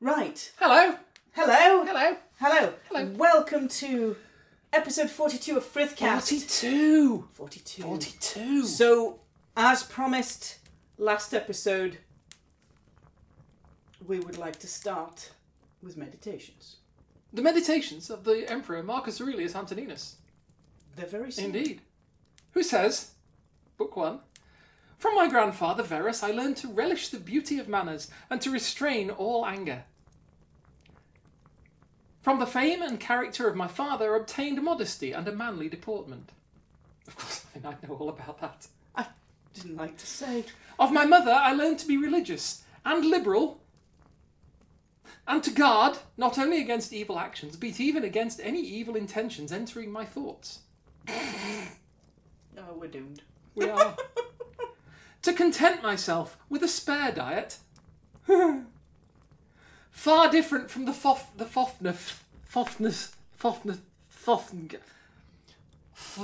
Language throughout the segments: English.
Right. Hello. Hello. Hello. Hello. Hello. Welcome to episode 42 of Frithcast. 42. 42. 42. So, as promised last episode, we would like to start with meditations. The meditations of the Emperor Marcus Aurelius Antoninus. They're very simple. Indeed. Who says, Book 1 From my grandfather Verus, I learned to relish the beauty of manners and to restrain all anger. From the fame and character of my father, obtained modesty and a manly deportment. Of course, I mean, I know all about that. I didn't like to say. Of my mother, I learned to be religious and liberal, and to guard not only against evil actions, but even against any evil intentions entering my thoughts. Oh, we're doomed. We are. to content myself with a spare diet. Far different from the fof the fofness fofness fofness fofn.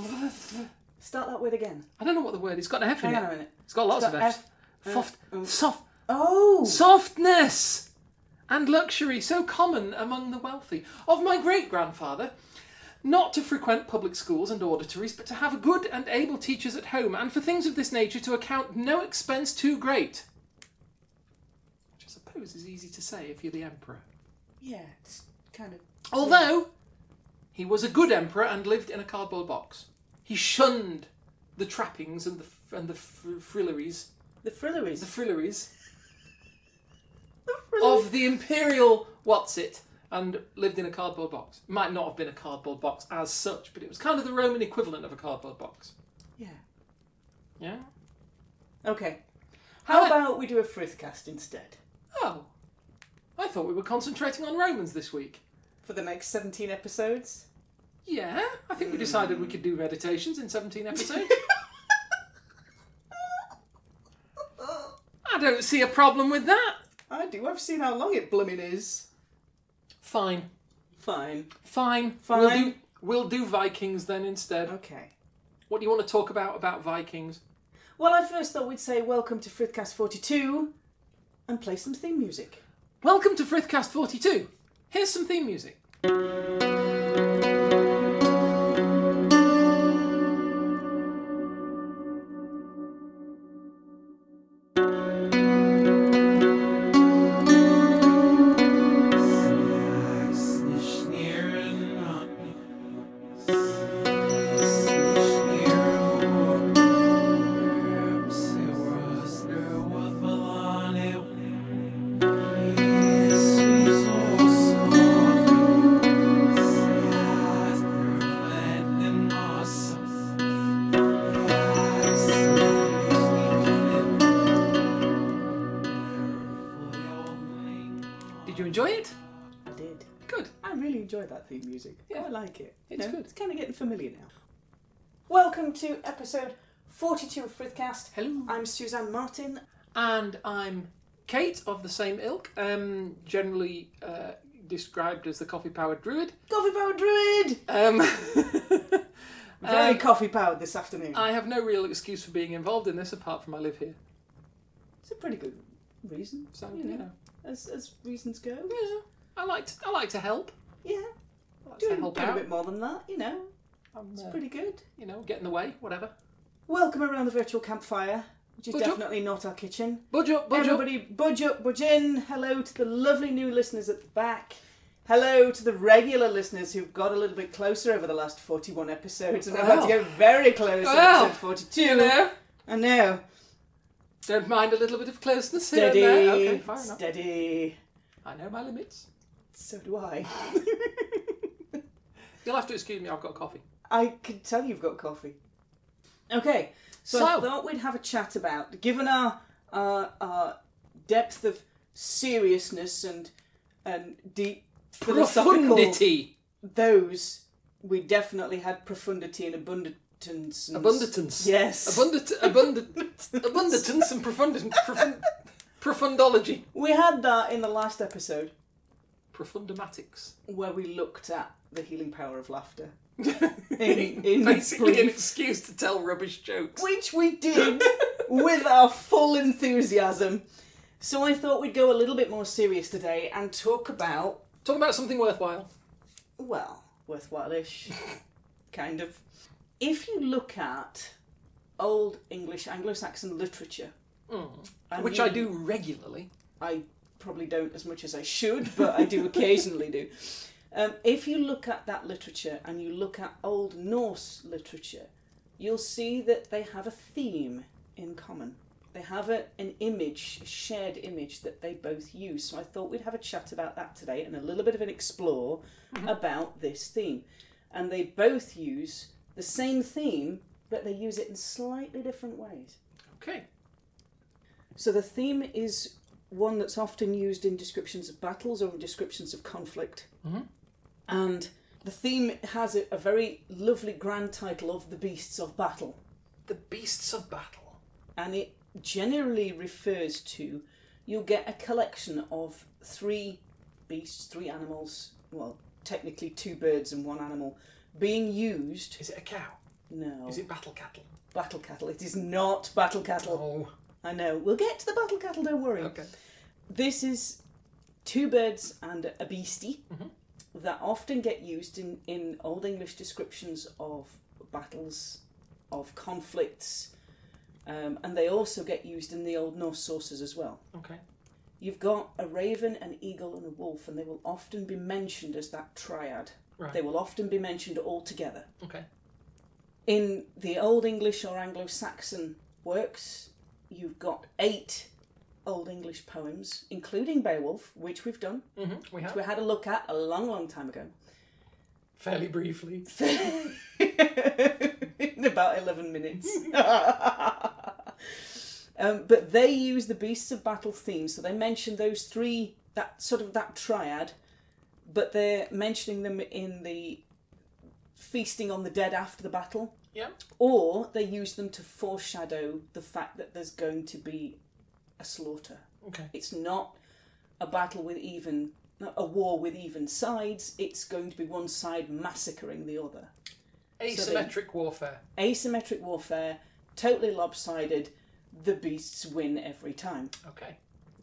Start that word again. I don't know what the word. It's got an F in Hang on a it. minute. It's got lots It's of got F's. F, Foft, oh. soft, Oh! softness and luxury so common among the wealthy of my great grandfather not to frequent public schools and auditories but to have good and able teachers at home and for things of this nature to account no expense too great which i suppose is easy to say if you're the emperor yeah, it's kind of. although he was a good emperor and lived in a cardboard box he shunned the trappings and the f- and the fr- frilleries The frilleries. the frilleries The frilleries. of the imperial what's it and lived in a cardboard box might not have been a cardboard box as such but it was kind of the roman equivalent of a cardboard box Yeah. yeah Okay. How How- about we do a frithcast instead? oh i thought we were concentrating on romans this week For the next 17 episodes? yeah i think we decided we could do meditations in 17 episodes i don't see a problem with that I do. I've seen how long it blooming is. fine Fine. fine we'll do, Fine. we'll do vikings then instead Okay. what do you want to talk about about vikings Well, I first thought we'd say welcome to Frithcast 42 and play some theme music. Welcome to Frithcast 42. Here's some theme music. Did you enjoy it? I did. Good. I really enjoyed that theme music. Yeah. I like it. It's good. It's kind of getting familiar now. Welcome to episode 42 of Frithcast. Hello. I'm Suzanne Martin. And I'm Kate of the same ilk, um, generally uh, described as the coffee powered druid. Coffee powered druid! Um, Very um, uh, coffee powered this afternoon. I have no real excuse for being involved in this apart from I live here. it's a pretty good reason, So, you you know, know. as, as reasons go. Yeah, I like to, I like to help. Yeah, I like to doing, help doing a out. bit more than that, you know. I'm, It's uh, pretty good. you know, get in the way, whatever. Welcome around the virtual campfire, which is Budge up. definitely not our kitchen. Budge up, budge up. Everybody, budge up, budge in. Hello to the lovely new listeners at the back. Hello to the regular listeners who've got a little bit closer over the last 41 episodes, and I've had to Wow. get very close Wow. to episode 42. You know, I know. don't mind a little bit of closeness here Steady. and there. Okay, fair enough. steady. I know my limits. So do I. You'll have to excuse me, I've got coffee. I can tell you've got coffee. Okay, so, I So- thought we'd have a chat about, given our our, our depth of seriousness and and deep philosophical Profundity. those, we definitely had profundity and abundance. and- Abundance. Yes. Abundant, abundant, abundance and profund, profund, profundology. we had that in the last episode Profundumatics. where we looked at the healing power of laughter, In- in Basically, an brief. excuse to tell rubbish jokes. which we did with our full enthusiasm. So I thought we'd go a little bit more serious today and talk about, Talk about something worthwhile. well, worthwhile ish, kind of. If you look at old English Anglo Saxon literature, and Which you- I do regularly. I probably don't as much as I should, but I do occasionally do. Um, if you look at that literature and you look at Old Norse literature, you'll see that they have a theme in common. They have a, an image, a shared image that they both use. So I thought we'd have a chat about that today and a little bit of an explore about this theme. And they both use the same theme, but they use it in slightly different ways. Okay. So the theme is one that's often used in descriptions of battles or in descriptions of conflict. Mm-hmm. And the theme has a, a very lovely grand title of The Beasts of Battle. The beasts of battle. And it generally refers to you'll get a collection of three beasts, three animals, well, technically two birds and one animal, being used. Is it a cow? No, Is it battle cattle? battle cattle. It is not battle cattle. Oh. I know. We'll get to the battle cattle, don't worry. Okay. this is two birds and a beastie that often get used in, in old english descriptions of battles of conflicts um, and they also get used in the old norse sources as well Okay. you've got a raven an eagle and a wolf and they will often be mentioned as that triad Right. they will often be mentioned all together Okay. in the Old English or Anglo Saxon works, you've got eight Old English poems, including Beowulf, which we've done, hmm We have we had a look at a long, long time ago. fairly briefly. in about 11 minutes. um, but they use the Beasts of Battle theme, so they mention those three, that sort of that triad, but they're mentioning them in the feasting on the dead after the battle. Yeah. or they use them to foreshadow the fact that there's going to be a slaughter. Okay. It's not a battle with even a war with even sides. It's going to be one side massacring the other. Asymmetric warfare. Asymmetric warfare, totally lopsided. The beasts win every time. Okay.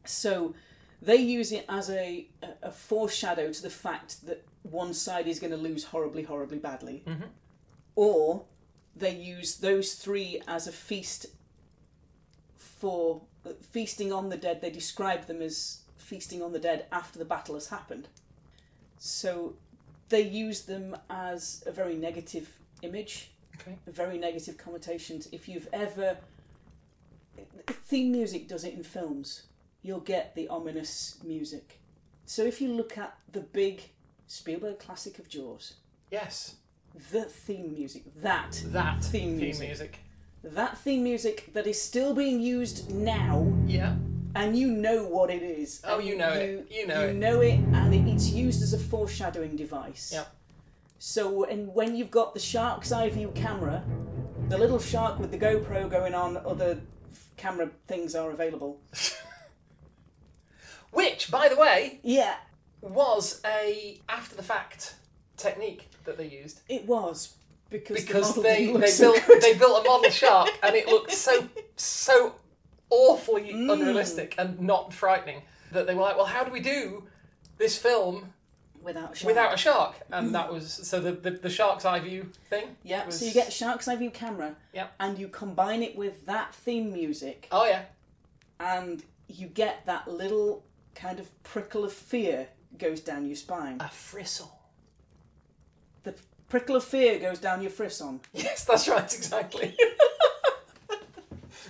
So they use it as a, a- a foreshadow to the fact that one side is going to lose horribly, horribly badly. Or they use those three as a feast for feasting on the dead. They describe them as feasting on the dead after the battle has happened. So they use them as a very negative image Okay. very negative connotations. If you've ever theme music does it in films, you'll get the ominous music. So if you look at the big Spielberg classic of Jaws, Yes. the theme music, that That Theme theme, music. music. that theme music that is still being used now, Yeah. and you know what it is. Oh, And you know it. You know you it. know it, and it- it's used as a foreshadowing device. Yep. So, and when you've got the shark's eye view camera, the little shark with the GoPro going on, other f- camera things are available. Which, by the way, Yeah, was a after the fact technique that they used it was because the because model they didn't look they so built good. they built a model shark and it looked so so awfully Mm. unrealistic and not frightening that they were like, well, how do we do this film without a shark. without a shark? And that was so the the, the shark's eye view thing. Mm. yeah, was- so you get a shark's eye view camera, Yep. and you combine it with that theme music, Oh yeah. and you get that little kind of prickle of fear goes down your spine. A fristle. The prickle of fear goes down your frisson. Yes, that's right, exactly.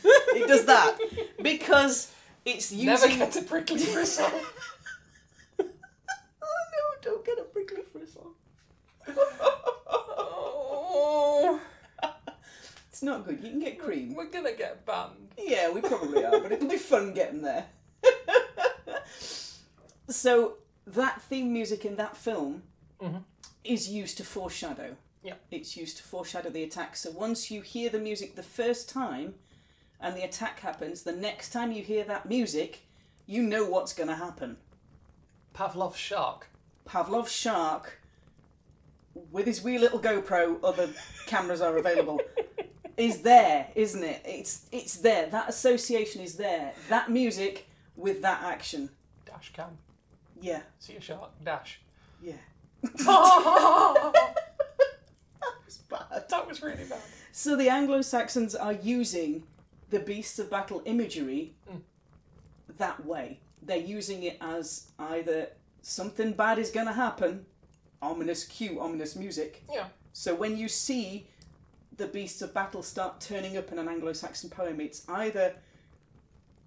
It does that because it's using. Never get a prickly bristle. Oh no! Don't get a prickly frisson. oh, It's not good. You can get cream. we're gonna get banned. Yeah, we probably are, but it'll be fun getting there. so that theme music in that film Mm-hmm. is used to foreshadow. Yep. It's used to foreshadow the attack. So once you hear the music the first time and the attack happens, the next time you hear that music, you know what's going to happen. Pavlov's shark. Pavlov's shark with his wee little GoPro, other cameras are available, is there, isn't it? It's it's there. That association is there. That music with that action. Dash cam. Yeah, See a shark. Dash. yeah. that It's bad. was really bad. So the Anglo Saxons are using the beasts of battle imagery that way. They're using it as either something bad is going to happen, ominous cue, ominous music. Yeah. So when you see the beasts of battle start turning up in an Anglo Saxon poem, it's either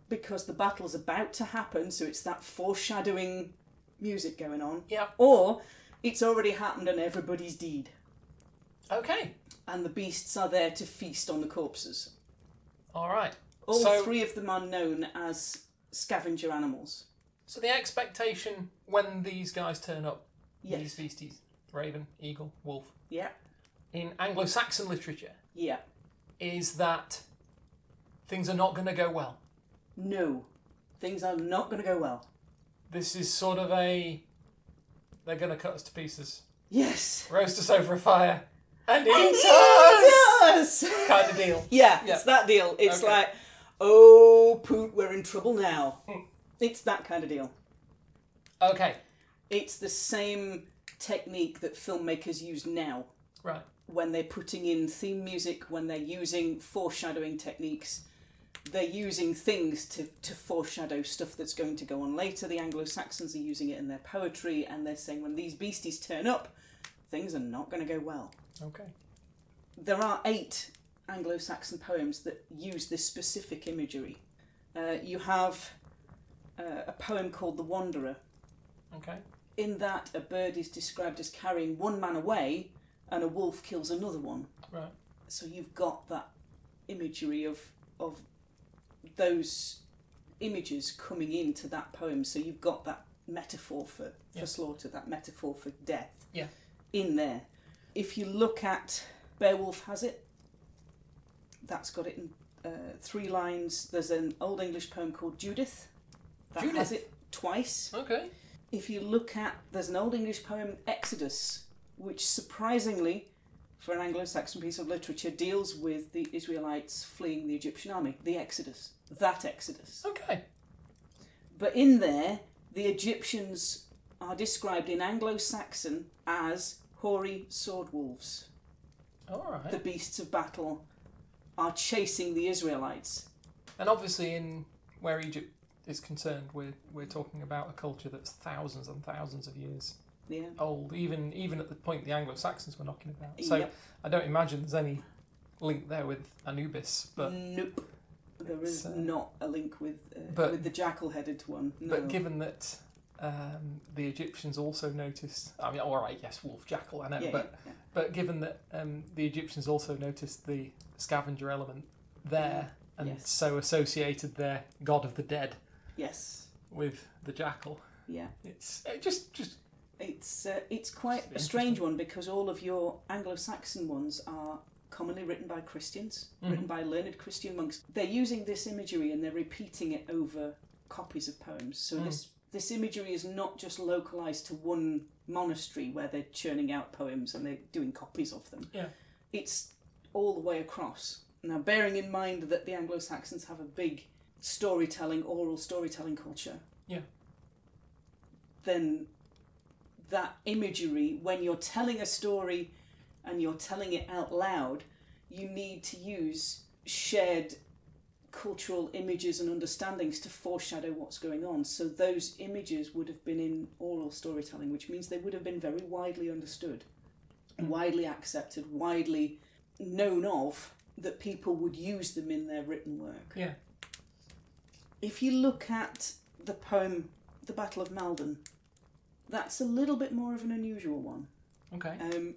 because the battle's about to happen, so it's that foreshadowing music going on, Yeah. or it's already happened and everybody's deed, Okay. and the beasts are there to feast on the corpses. All right. All so, three of them are known as scavenger animals. so the expectation when these guys turn up, these Yes. beasties, raven, eagle, wolf, Yeah. in Anglo-Saxon literature, Yeah. is that things are not going to go well. No. Things are not going to go well. This is sort of a they're going to cut us to pieces, Yes. roast us over a fire, and eat us Yes. kind of deal. Yeah, Yeah. it's that deal. It's Okay. like, oh, poot, we're in trouble now. Hmm. It's that kind of deal. Okay. It's the same technique that filmmakers use now Right. when they're putting in theme music, when they're using foreshadowing techniques. They're using things to, to foreshadow stuff that's going to go on later. The Anglo Saxons are using it in their poetry, and they're saying when these beasties turn up, things are not going to go well. Okay. there are eight Anglo-Saxon poems that use this specific imagery. Uh, you have uh, a poem called The Wanderer. Okay. In that, a bird is described as carrying one man away, and a wolf kills another one. Right. So you've got that imagery of of those images coming into that poem. So you've got that metaphor for, Yeah. for slaughter, that metaphor for death Yeah. in there. If you look at Beowulf has it, that's got it in uh, three lines. There's an Old English poem called Judith that Judith. has it twice. Okay. If you look at, there's an Old English poem, Exodus, which surprisingly, for an Anglo Saxon piece of literature, deals with the Israelites fleeing the Egyptian army, the Exodus, that Exodus. Okay. But in there, the Egyptians are described in Anglo Saxon as hoary sword wolves. All The right. beasts of battle are chasing the Israelites. And obviously, in where Egypt is concerned, we're we're talking about a culture that's thousands and thousands of years Yeah. old. Even even at the point the Anglo Saxons were knocking about. So Yep. I don't imagine there's any link there with Anubis, but nope. There is It's, uh, not a link with uh, but- with the jackal headed one. Mm, No. But given that um, the Egyptians also noticed, I mean, all right, yes, wolf, jackal, I know, yeah, but yeah, but given that um, the Egyptians also noticed the scavenger element there, and Mm, Yes. so associated their god of the dead yeah. yes. with the jackal, Yeah, it's it just just it's uh, it's quite It's a strange one because all of your Anglo-Saxon ones are commonly written by Christians, Mm-hmm. written by learned Christian monks. They're using this imagery and they're repeating it over copies of poems. So Mm. this this imagery is not just localized to one monastery where they're churning out poems and they're doing copies of them. Yeah. It's all the way across. Now, bearing in mind that the Anglo-Saxons have a big storytelling, oral storytelling culture. Yeah. Then that imagery when you're telling a story and you're telling it out loud you need to use shared cultural images and understandings to foreshadow what's going on so those images would have been in oral storytelling which means they would have been very widely understood widely accepted widely known of that people would use them in their written work yeah if you look at the poem the battle of maldon that's a little bit more of an unusual one okay um,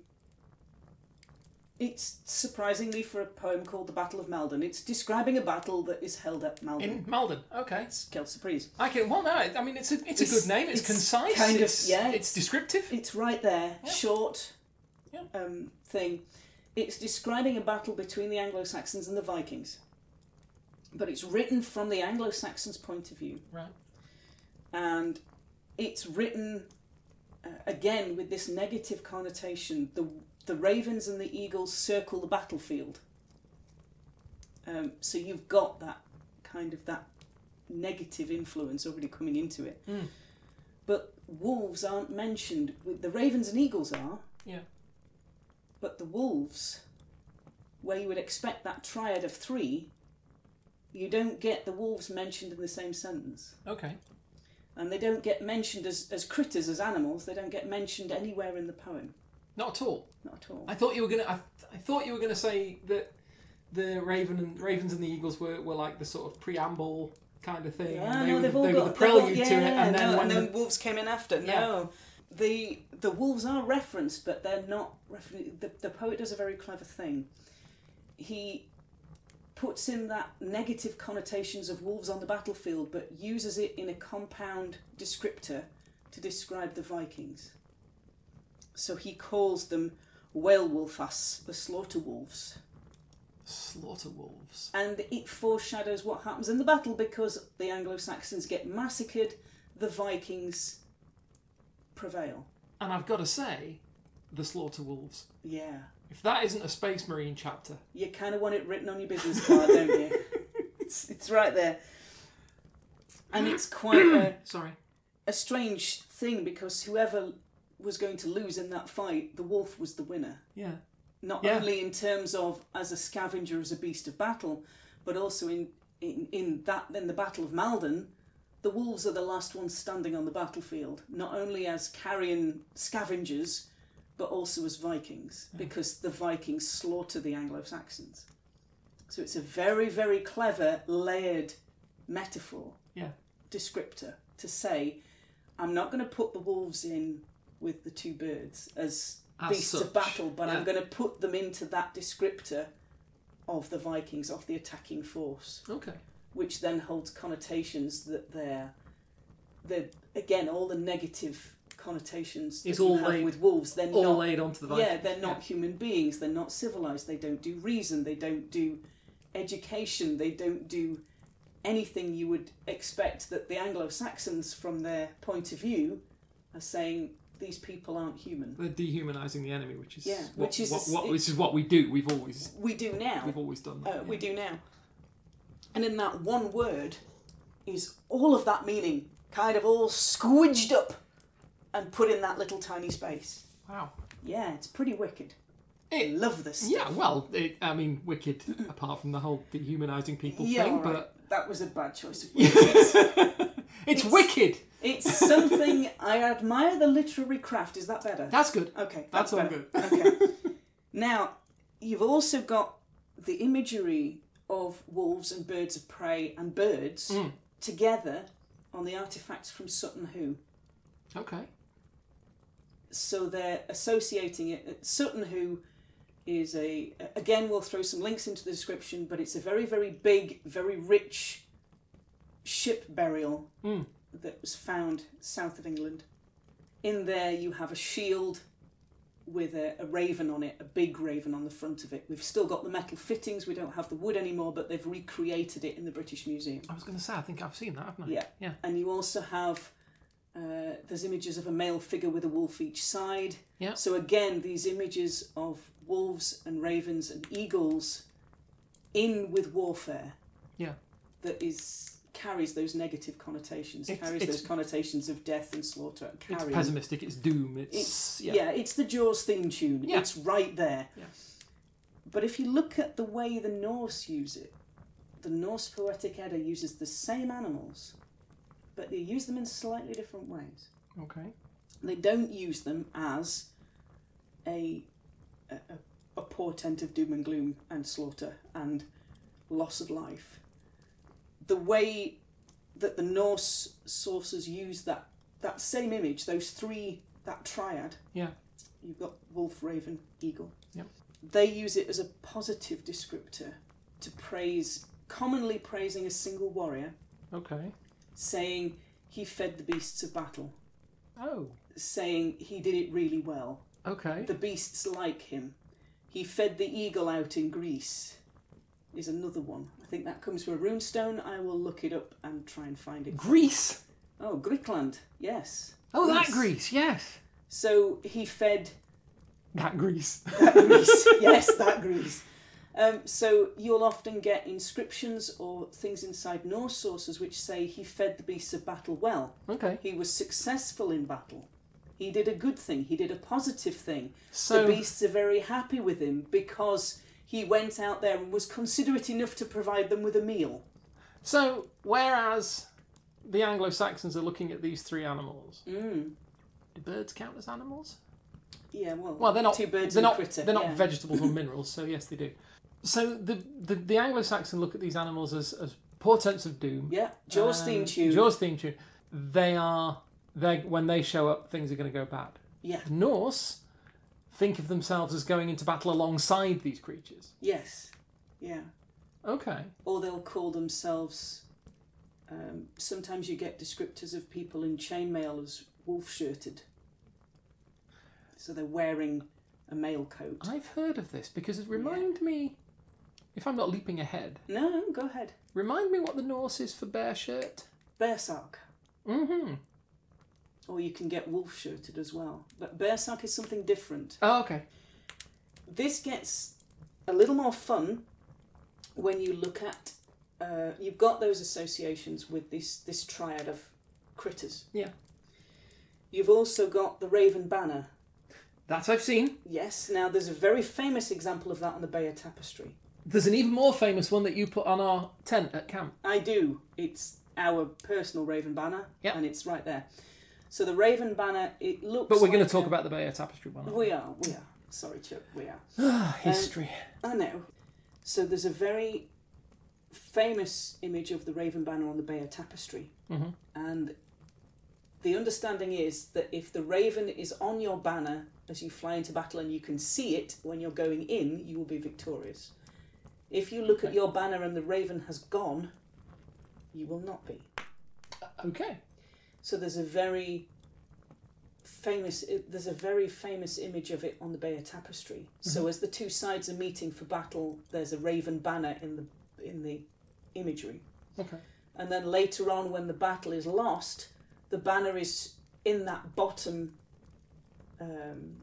it's surprisingly for a poem called The Battle of Maldon. It's describing a battle that is held at Maldon. in Malden. Okay, It's Kel surprise. I can. Well, no, I mean it's a it's, a It's- good name. It's, it's concise. kind of- it's, yeah, It's it's- descriptive. It's right there, Yeah. short Yeah. um, thing. It's describing a battle between the Anglo Saxons and the Vikings. But it's written from the Anglo Saxons' point of view. Right. and it's written uh, again with this negative connotation. The the ravens and the eagles circle the battlefield. Um, so you've got that kind of that negative influence already coming into it. But wolves aren't mentioned. The ravens and eagles are, Yeah. but the wolves, where you would expect that triad of three, you don't get the wolves mentioned in the same sentence. Okay. And they don't get mentioned as, as critters, as animals. They don't get mentioned anywhere in the poem. Not at all. Not at all. I thought you were gonna. I, I thought you were gonna say that the Raven and Ravens and the Eagles were, were like the sort of preamble kind of thing. Yeah, and Ah, no, were, they've all they got were the they've all- prelude to it, and then no, when the- wolves came in after. Yeah. No, the the wolves are referenced, but they're not referenced. The, the poet does a very clever thing. He puts in that negative connotations of wolves on the battlefield, but uses it in a compound descriptor to describe the Vikings. So he calls them werewolfas, the slaughter wolves slaughter wolves. and it foreshadows what happens in the battle because the Anglo Saxons get massacred, the Vikings prevail. And I've got to say, the slaughter wolves. Yeah. If that isn't a Space Marine chapter, You kind of want it written on your business card, don't you? It's, it's right there. And it's quite a, sorry. a strange thing because whoever was going to lose in that fight, the wolf was the winner. Yeah. Not Yeah. only in terms of as a scavenger, as a beast of battle, but also in, in, in that in the Battle of Maldon, the wolves are the last ones standing on the battlefield, not only as carrion scavengers, but also as Vikings, because the Vikings slaughter the Anglo Saxons. So it's a very, very clever, layered metaphor, Yeah. descriptor, to say, I'm not going to put the wolves in with the two birds as, As beasts such, of battle, but yeah. I'm going to put them into that descriptor of the Vikings, of the attacking force Okay. which then holds connotations that they're, they're again all the negative connotations that It's you all have laid- with wolves. They're All not laid onto the Vikings. yeah, they're not human beings. They're not civilized. They don't do reason. They don't do education. They don't do anything you would expect that the Anglo Saxons, from their point of view, are saying these people aren't human. They're dehumanizing the enemy, which is Yeah, what, which is what, a- what, which is what we do. We've always We do now. we've always done that. uh, yeah. we do now. And in that one word is all of that meaning, kind of all squidged up and put in that little tiny space. Wow. Yeah, it's pretty wicked. I It- love this. Yeah, well, it, I mean, wicked. apart from the whole dehumanising people Yeah, thing, all right. but that was a bad choice of words. It's- it's, wicked. it's something I admire the literary craft. Is that better? That's good. Okay, That's all better. okay. Now, you've also got the imagery of wolves and birds of prey and birds Mm. together on the artifacts from Sutton Hoo. Okay. So they're associating it. uh, Sutton Hoo is a again we'll throw some links into the description, but it's a very very big, very rich ship burial Mm. that was found south of England. In there, you have a shield with a, a raven on it, a big raven on the front of it. We've still got the metal fittings, we don't have the wood anymore, but they've recreated it in the British Museum. I was going to say, I think I've seen that, haven't I? Yeah. Yeah. And you also have uh, there's images of a male figure with a wolf each side. Yeah. So again, these images of wolves and ravens and eagles in with warfare. Yeah. That is carries those negative connotations, It's- carries it's- those connotations of death and slaughter. and It's carrying. pessimistic. It's doom. It's, It's yeah. yeah. it's the Jaws theme tune. Yeah. It's right there. Yeah. But if you look at the way the Norse use it, the Norse poetic Edda uses the same animals, but they use them in slightly different ways. Okay. They don't use them as a a, a- a portent of doom and gloom and slaughter and loss of life. The way that the Norse sources use that that same image, those three, that triad, Yeah. You've got wolf, raven, eagle. Yep. They use it as a positive descriptor to praise, commonly praising a single warrior, Okay. saying he fed the beasts of battle, Oh. saying he did it really well. Okay. The beasts like him. He fed the eagle out in Greece. Is another one. I think that comes from a runestone. I will look it up and try and find it. Greece. Oh, Greekland. Yes. Oh, that Greece. Yes. So he fed That Greece. That Greece. yes, that Greece. Um, so you'll often get inscriptions or things inside Norse sources which say he fed the beasts of battle well. Okay. He was successful in battle. He did a good thing. He did a positive thing. So- the beasts are very happy with him because he went out there and was considerate enough to provide them with a meal. So, whereas the Anglo Saxons are looking at these three animals, Mm. do birds count as animals? Yeah, well, Well, they're not. two birds they're and not. a critter. They're not yeah. vegetables or minerals, so yes, they do. So the the, the Anglo Saxon look at these animals as, as portents of doom. Yeah, Jaws Um, theme tune. Jaws theme tune. They are. They when they show up, things are going to go bad. Yeah, The Norse think of themselves as going into battle alongside these creatures. yes, yeah. Okay. or they'll call themselves. Um, sometimes you get descriptors of people in chainmail as wolf shirted. So they're wearing a mail coat. I've heard of this because it remind me, if I'm not leaping ahead, No, no, go ahead. remind me what the Norse is for bear shirt. Bearsark. Mm-hmm. Or you can get wolf shirted as well. But bearsark is something different. Oh, okay. This gets a little more fun when you look at. Uh, you've got those associations with this, this triad of critters. Yeah. You've also got the Raven Banner, That I've seen. Yes, now there's a very famous example of that on the Bayer Tapestry. There's an even more famous one that you put on our tent at camp. I do. It's our personal Raven banner, Yep. and it's right there. So the Raven banner, it looks. But we're going like to talk a- about the Bayer Tapestry one. aren't We are, we are. Sorry, Chip, we are. we? History. I know. So there's a very famous image of the Raven banner on the Bayer Tapestry, and the understanding is that if the Raven is on your banner as you fly into battle and you can see it when you're going in, you will be victorious. If you look at your banner and the Raven has gone, you will not be. Okay. So there's a very famous it- there's a very famous image of it on the Bayer Tapestry. So as the two sides are meeting for battle, there's a raven banner in the in the imagery. Okay. And then later on when the battle is lost, the banner is in that bottom um,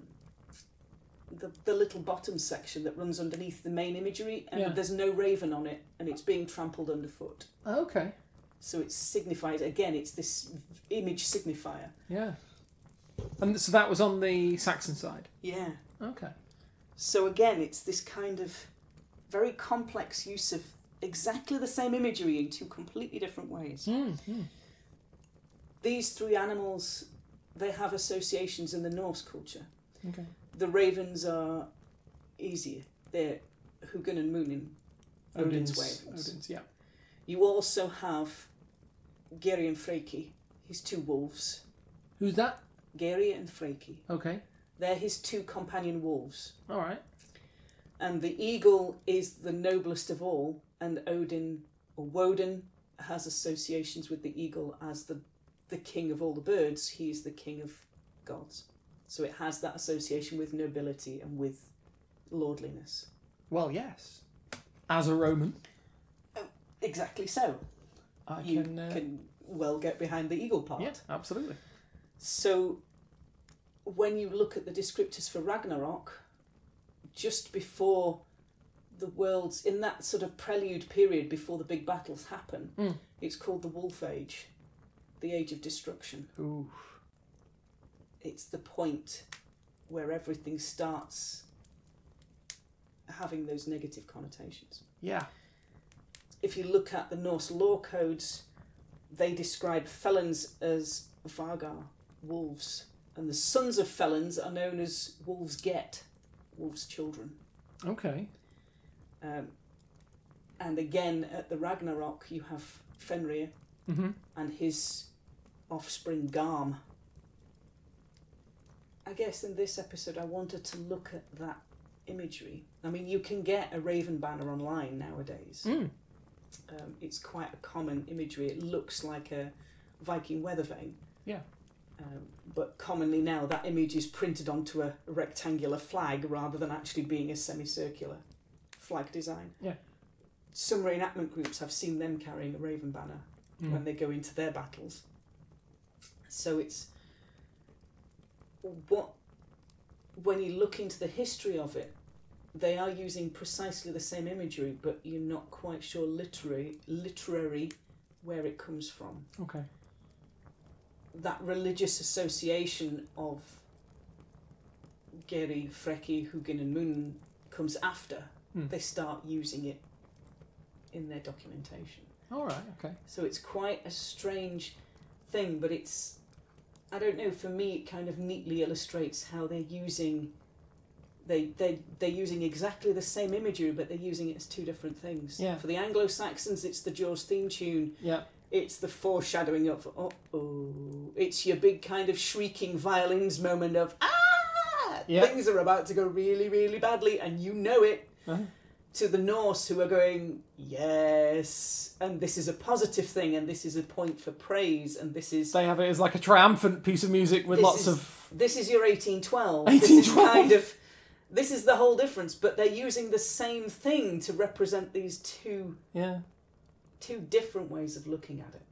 the, the little bottom section that runs underneath the main imagery and Yeah. there's no raven on it and it's being trampled underfoot. Okay. So it signifies again it's this image signifier. Yeah. And so that was on the Saxon side. Yeah. Okay. So again, it's this kind of very complex use of exactly the same imagery in two completely different ways. Mm-hmm. These three animals, they have associations in the Norse culture. Okay. The ravens are easier. They're Hugin and Munin, Odin's, ravens. Odin's. Yeah. You also have Geri and Freki, his two wolves. Who's that? Geri and Freki, Okay. they're his two companion wolves. All right. and the eagle is the noblest of all, and Odin or Woden has associations with the eagle as the the king of all the birds. He is the king of gods, so it has that association with nobility and with lordliness. Well, yes. As a Roman, Exactly so. I You can. can, Uh, well get behind the eagle part. yeah, absolutely. So when you look at the descriptors for Ragnarok, just before the world's in that sort of prelude period before the big battles happen, it's called the Wolf Age, the Age of Destruction. Ooh. It's the point where everything starts having those negative connotations. Yeah. If you look at the Norse law codes, they describe felons as vargar, wolves, and the sons of felons are known as wolves get, wolves' children. Okay. Um, and again, at the Ragnarok, you have Fenrir Mm-hmm. and his offspring Garm. I guess in this episode, I wanted to look at that imagery. I mean, you can get a raven banner online nowadays. Mm. Um, it's quite a common imagery. It looks like a Viking weather vane. Yeah. Um, but commonly now, that image is printed onto a rectangular flag rather than actually being a semicircular flag design. Yeah. Some reenactment groups have seen them carrying a raven banner Mm. when they go into their battles. So it's what when you look into the history of it, they are using precisely the same imagery, but you're not quite sure literary literary where it comes from. Okay. That religious association of Geri, Freki, Hugin, and Moon comes after Hmm. they start using it in their documentation. All right. Okay. So it's quite a strange thing, but it's I don't know, for me it kind of neatly illustrates how they're using they they they're using exactly the same imagery but they're using it as two different things. Yeah. For the Anglo Saxons it's the Jaws theme tune, Yeah. it's the foreshadowing of oh oh it's your big kind of shrieking violins moment of ah Yeah. things are about to go really, really badly and you know it Uh-huh. to the Norse who are going, yes, and this is a positive thing, and this is a point for praise, and this is They have it as like a triumphant piece of music with This lots is- of. this is your 1812. This is 1812. kind of this is the whole difference, but they're using the same thing to represent these two Yeah. two different ways of looking at it.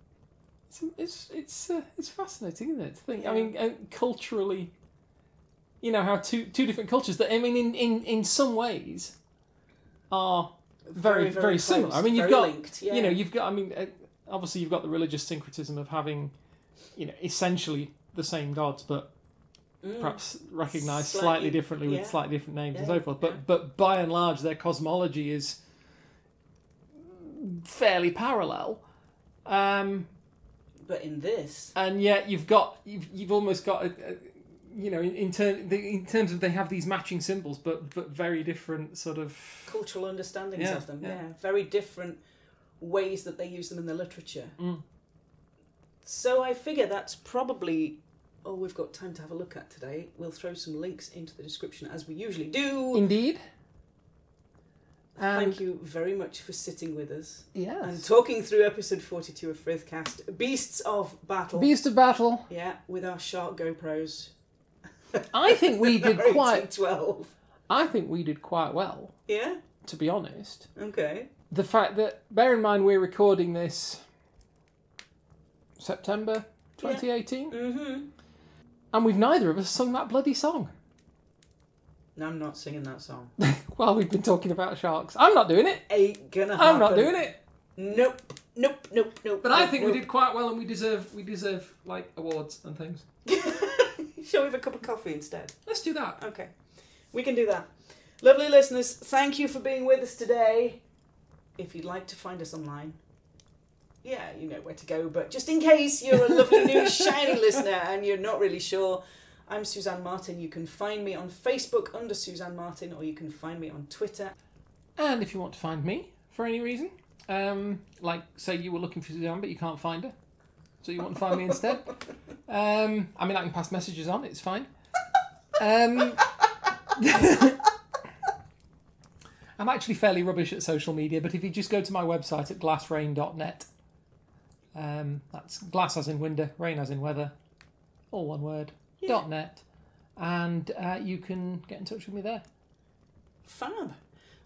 It's it's it's, uh, it's fascinating, isn't it? To think. I Yeah. mean, uh, culturally, you know how two two different cultures that I mean, in in in some ways, are very very, close, similar. I mean, you've very got linked, yeah. you know you've got. I mean, uh, obviously you've got the religious syncretism of having, you know, essentially the same gods, but Mm. perhaps recognised slightly, Slightly- differently with yeah. slightly different names and Yeah, so forth. But yeah. but by and large, their cosmology is fairly parallel. Um, but in this, and yet you've got you've, you've almost got a, a, you know in, in term the, in terms of they have these matching symbols, but but very different sort of cultural understandings Yeah, of them. yeah. Yeah. very different ways that they use them in the literature. Mm. So I figure that's probably all we've got time to have a look at today. We'll throw some links into the description as we usually do. indeed. Thank you very much for sitting with us and Yes. talking through episode 42 of Frithcast Beasts of Battle. Beast of battle. yeah, with our shark GoPros. I think we did Our quite. 1812. I think we did quite well, Yeah, to be honest. okay. the fact that bear in mind we're recording this September 2018 Mm-hmm. and we've neither of us sung that bloody song. No, I'm not singing that song. Well, we've been talking about sharks. I'm not doing it. Ain't gonna happen. I'm not doing it. Nope, nope, nope, nope. But I nope, think nope. we did quite well and we deserve we deserve like awards and things. Shall we have a cup of coffee instead? Let's do that. Okay. We can do that. Lovely listeners, thank you for being with us today. If you'd like to find us online, yeah, you know where to go, but just in case you're a lovely new shiny listener and you're not really sure, I'm Suzanne Martin. You can find me on Facebook under Suzanne Martin or you can find me on Twitter. And if you want to find me for any reason, um, like say you were looking for Suzanne but you can't find her, so you want to find me instead. Um, I mean, I can pass messages on. It's fine. Um, I'm actually fairly rubbish at social media, but if you just go to my website at glassrain.net, um, that's glass as in window, rain as in weather, all one word. Dot net, and uh, you can get in touch with me there. Fab.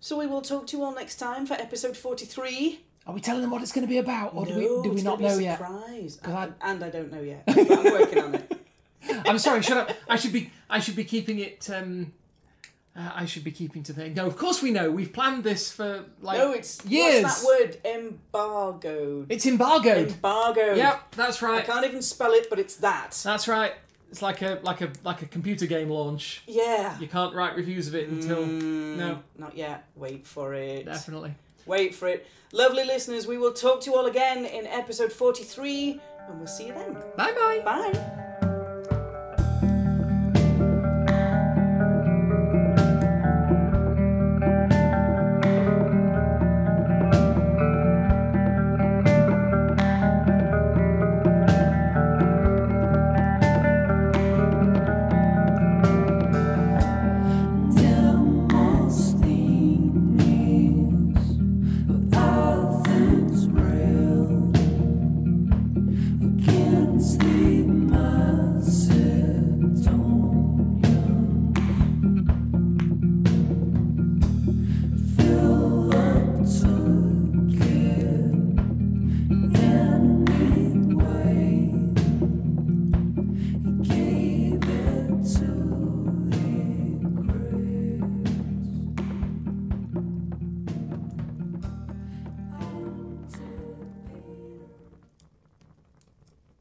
So we will talk to you all next time for episode 43. Are we telling them what it's going to be about, or do No, we do we it's not gonna be a know yet? surprise. 'Cause I- And, and I don't know yet. but I'm working on it. I'm sorry. Shut up. I should be. I should be keeping it. Um, uh, I should be keeping to the. No, of course we know. We've planned this for like. No, it's years. What's that word? Embargoed. It's embargoed. Embargoed. Yep, that's I right. can't even spell it, but it's that. That's right. It's like a like a like a computer game launch. Yeah. You can't write reviews of it until no, Not yet. Wait for it. definitely. Wait for it. Lovely listeners, we will talk to you all again in episode 43, and we'll see you then. Bye bye. Bye.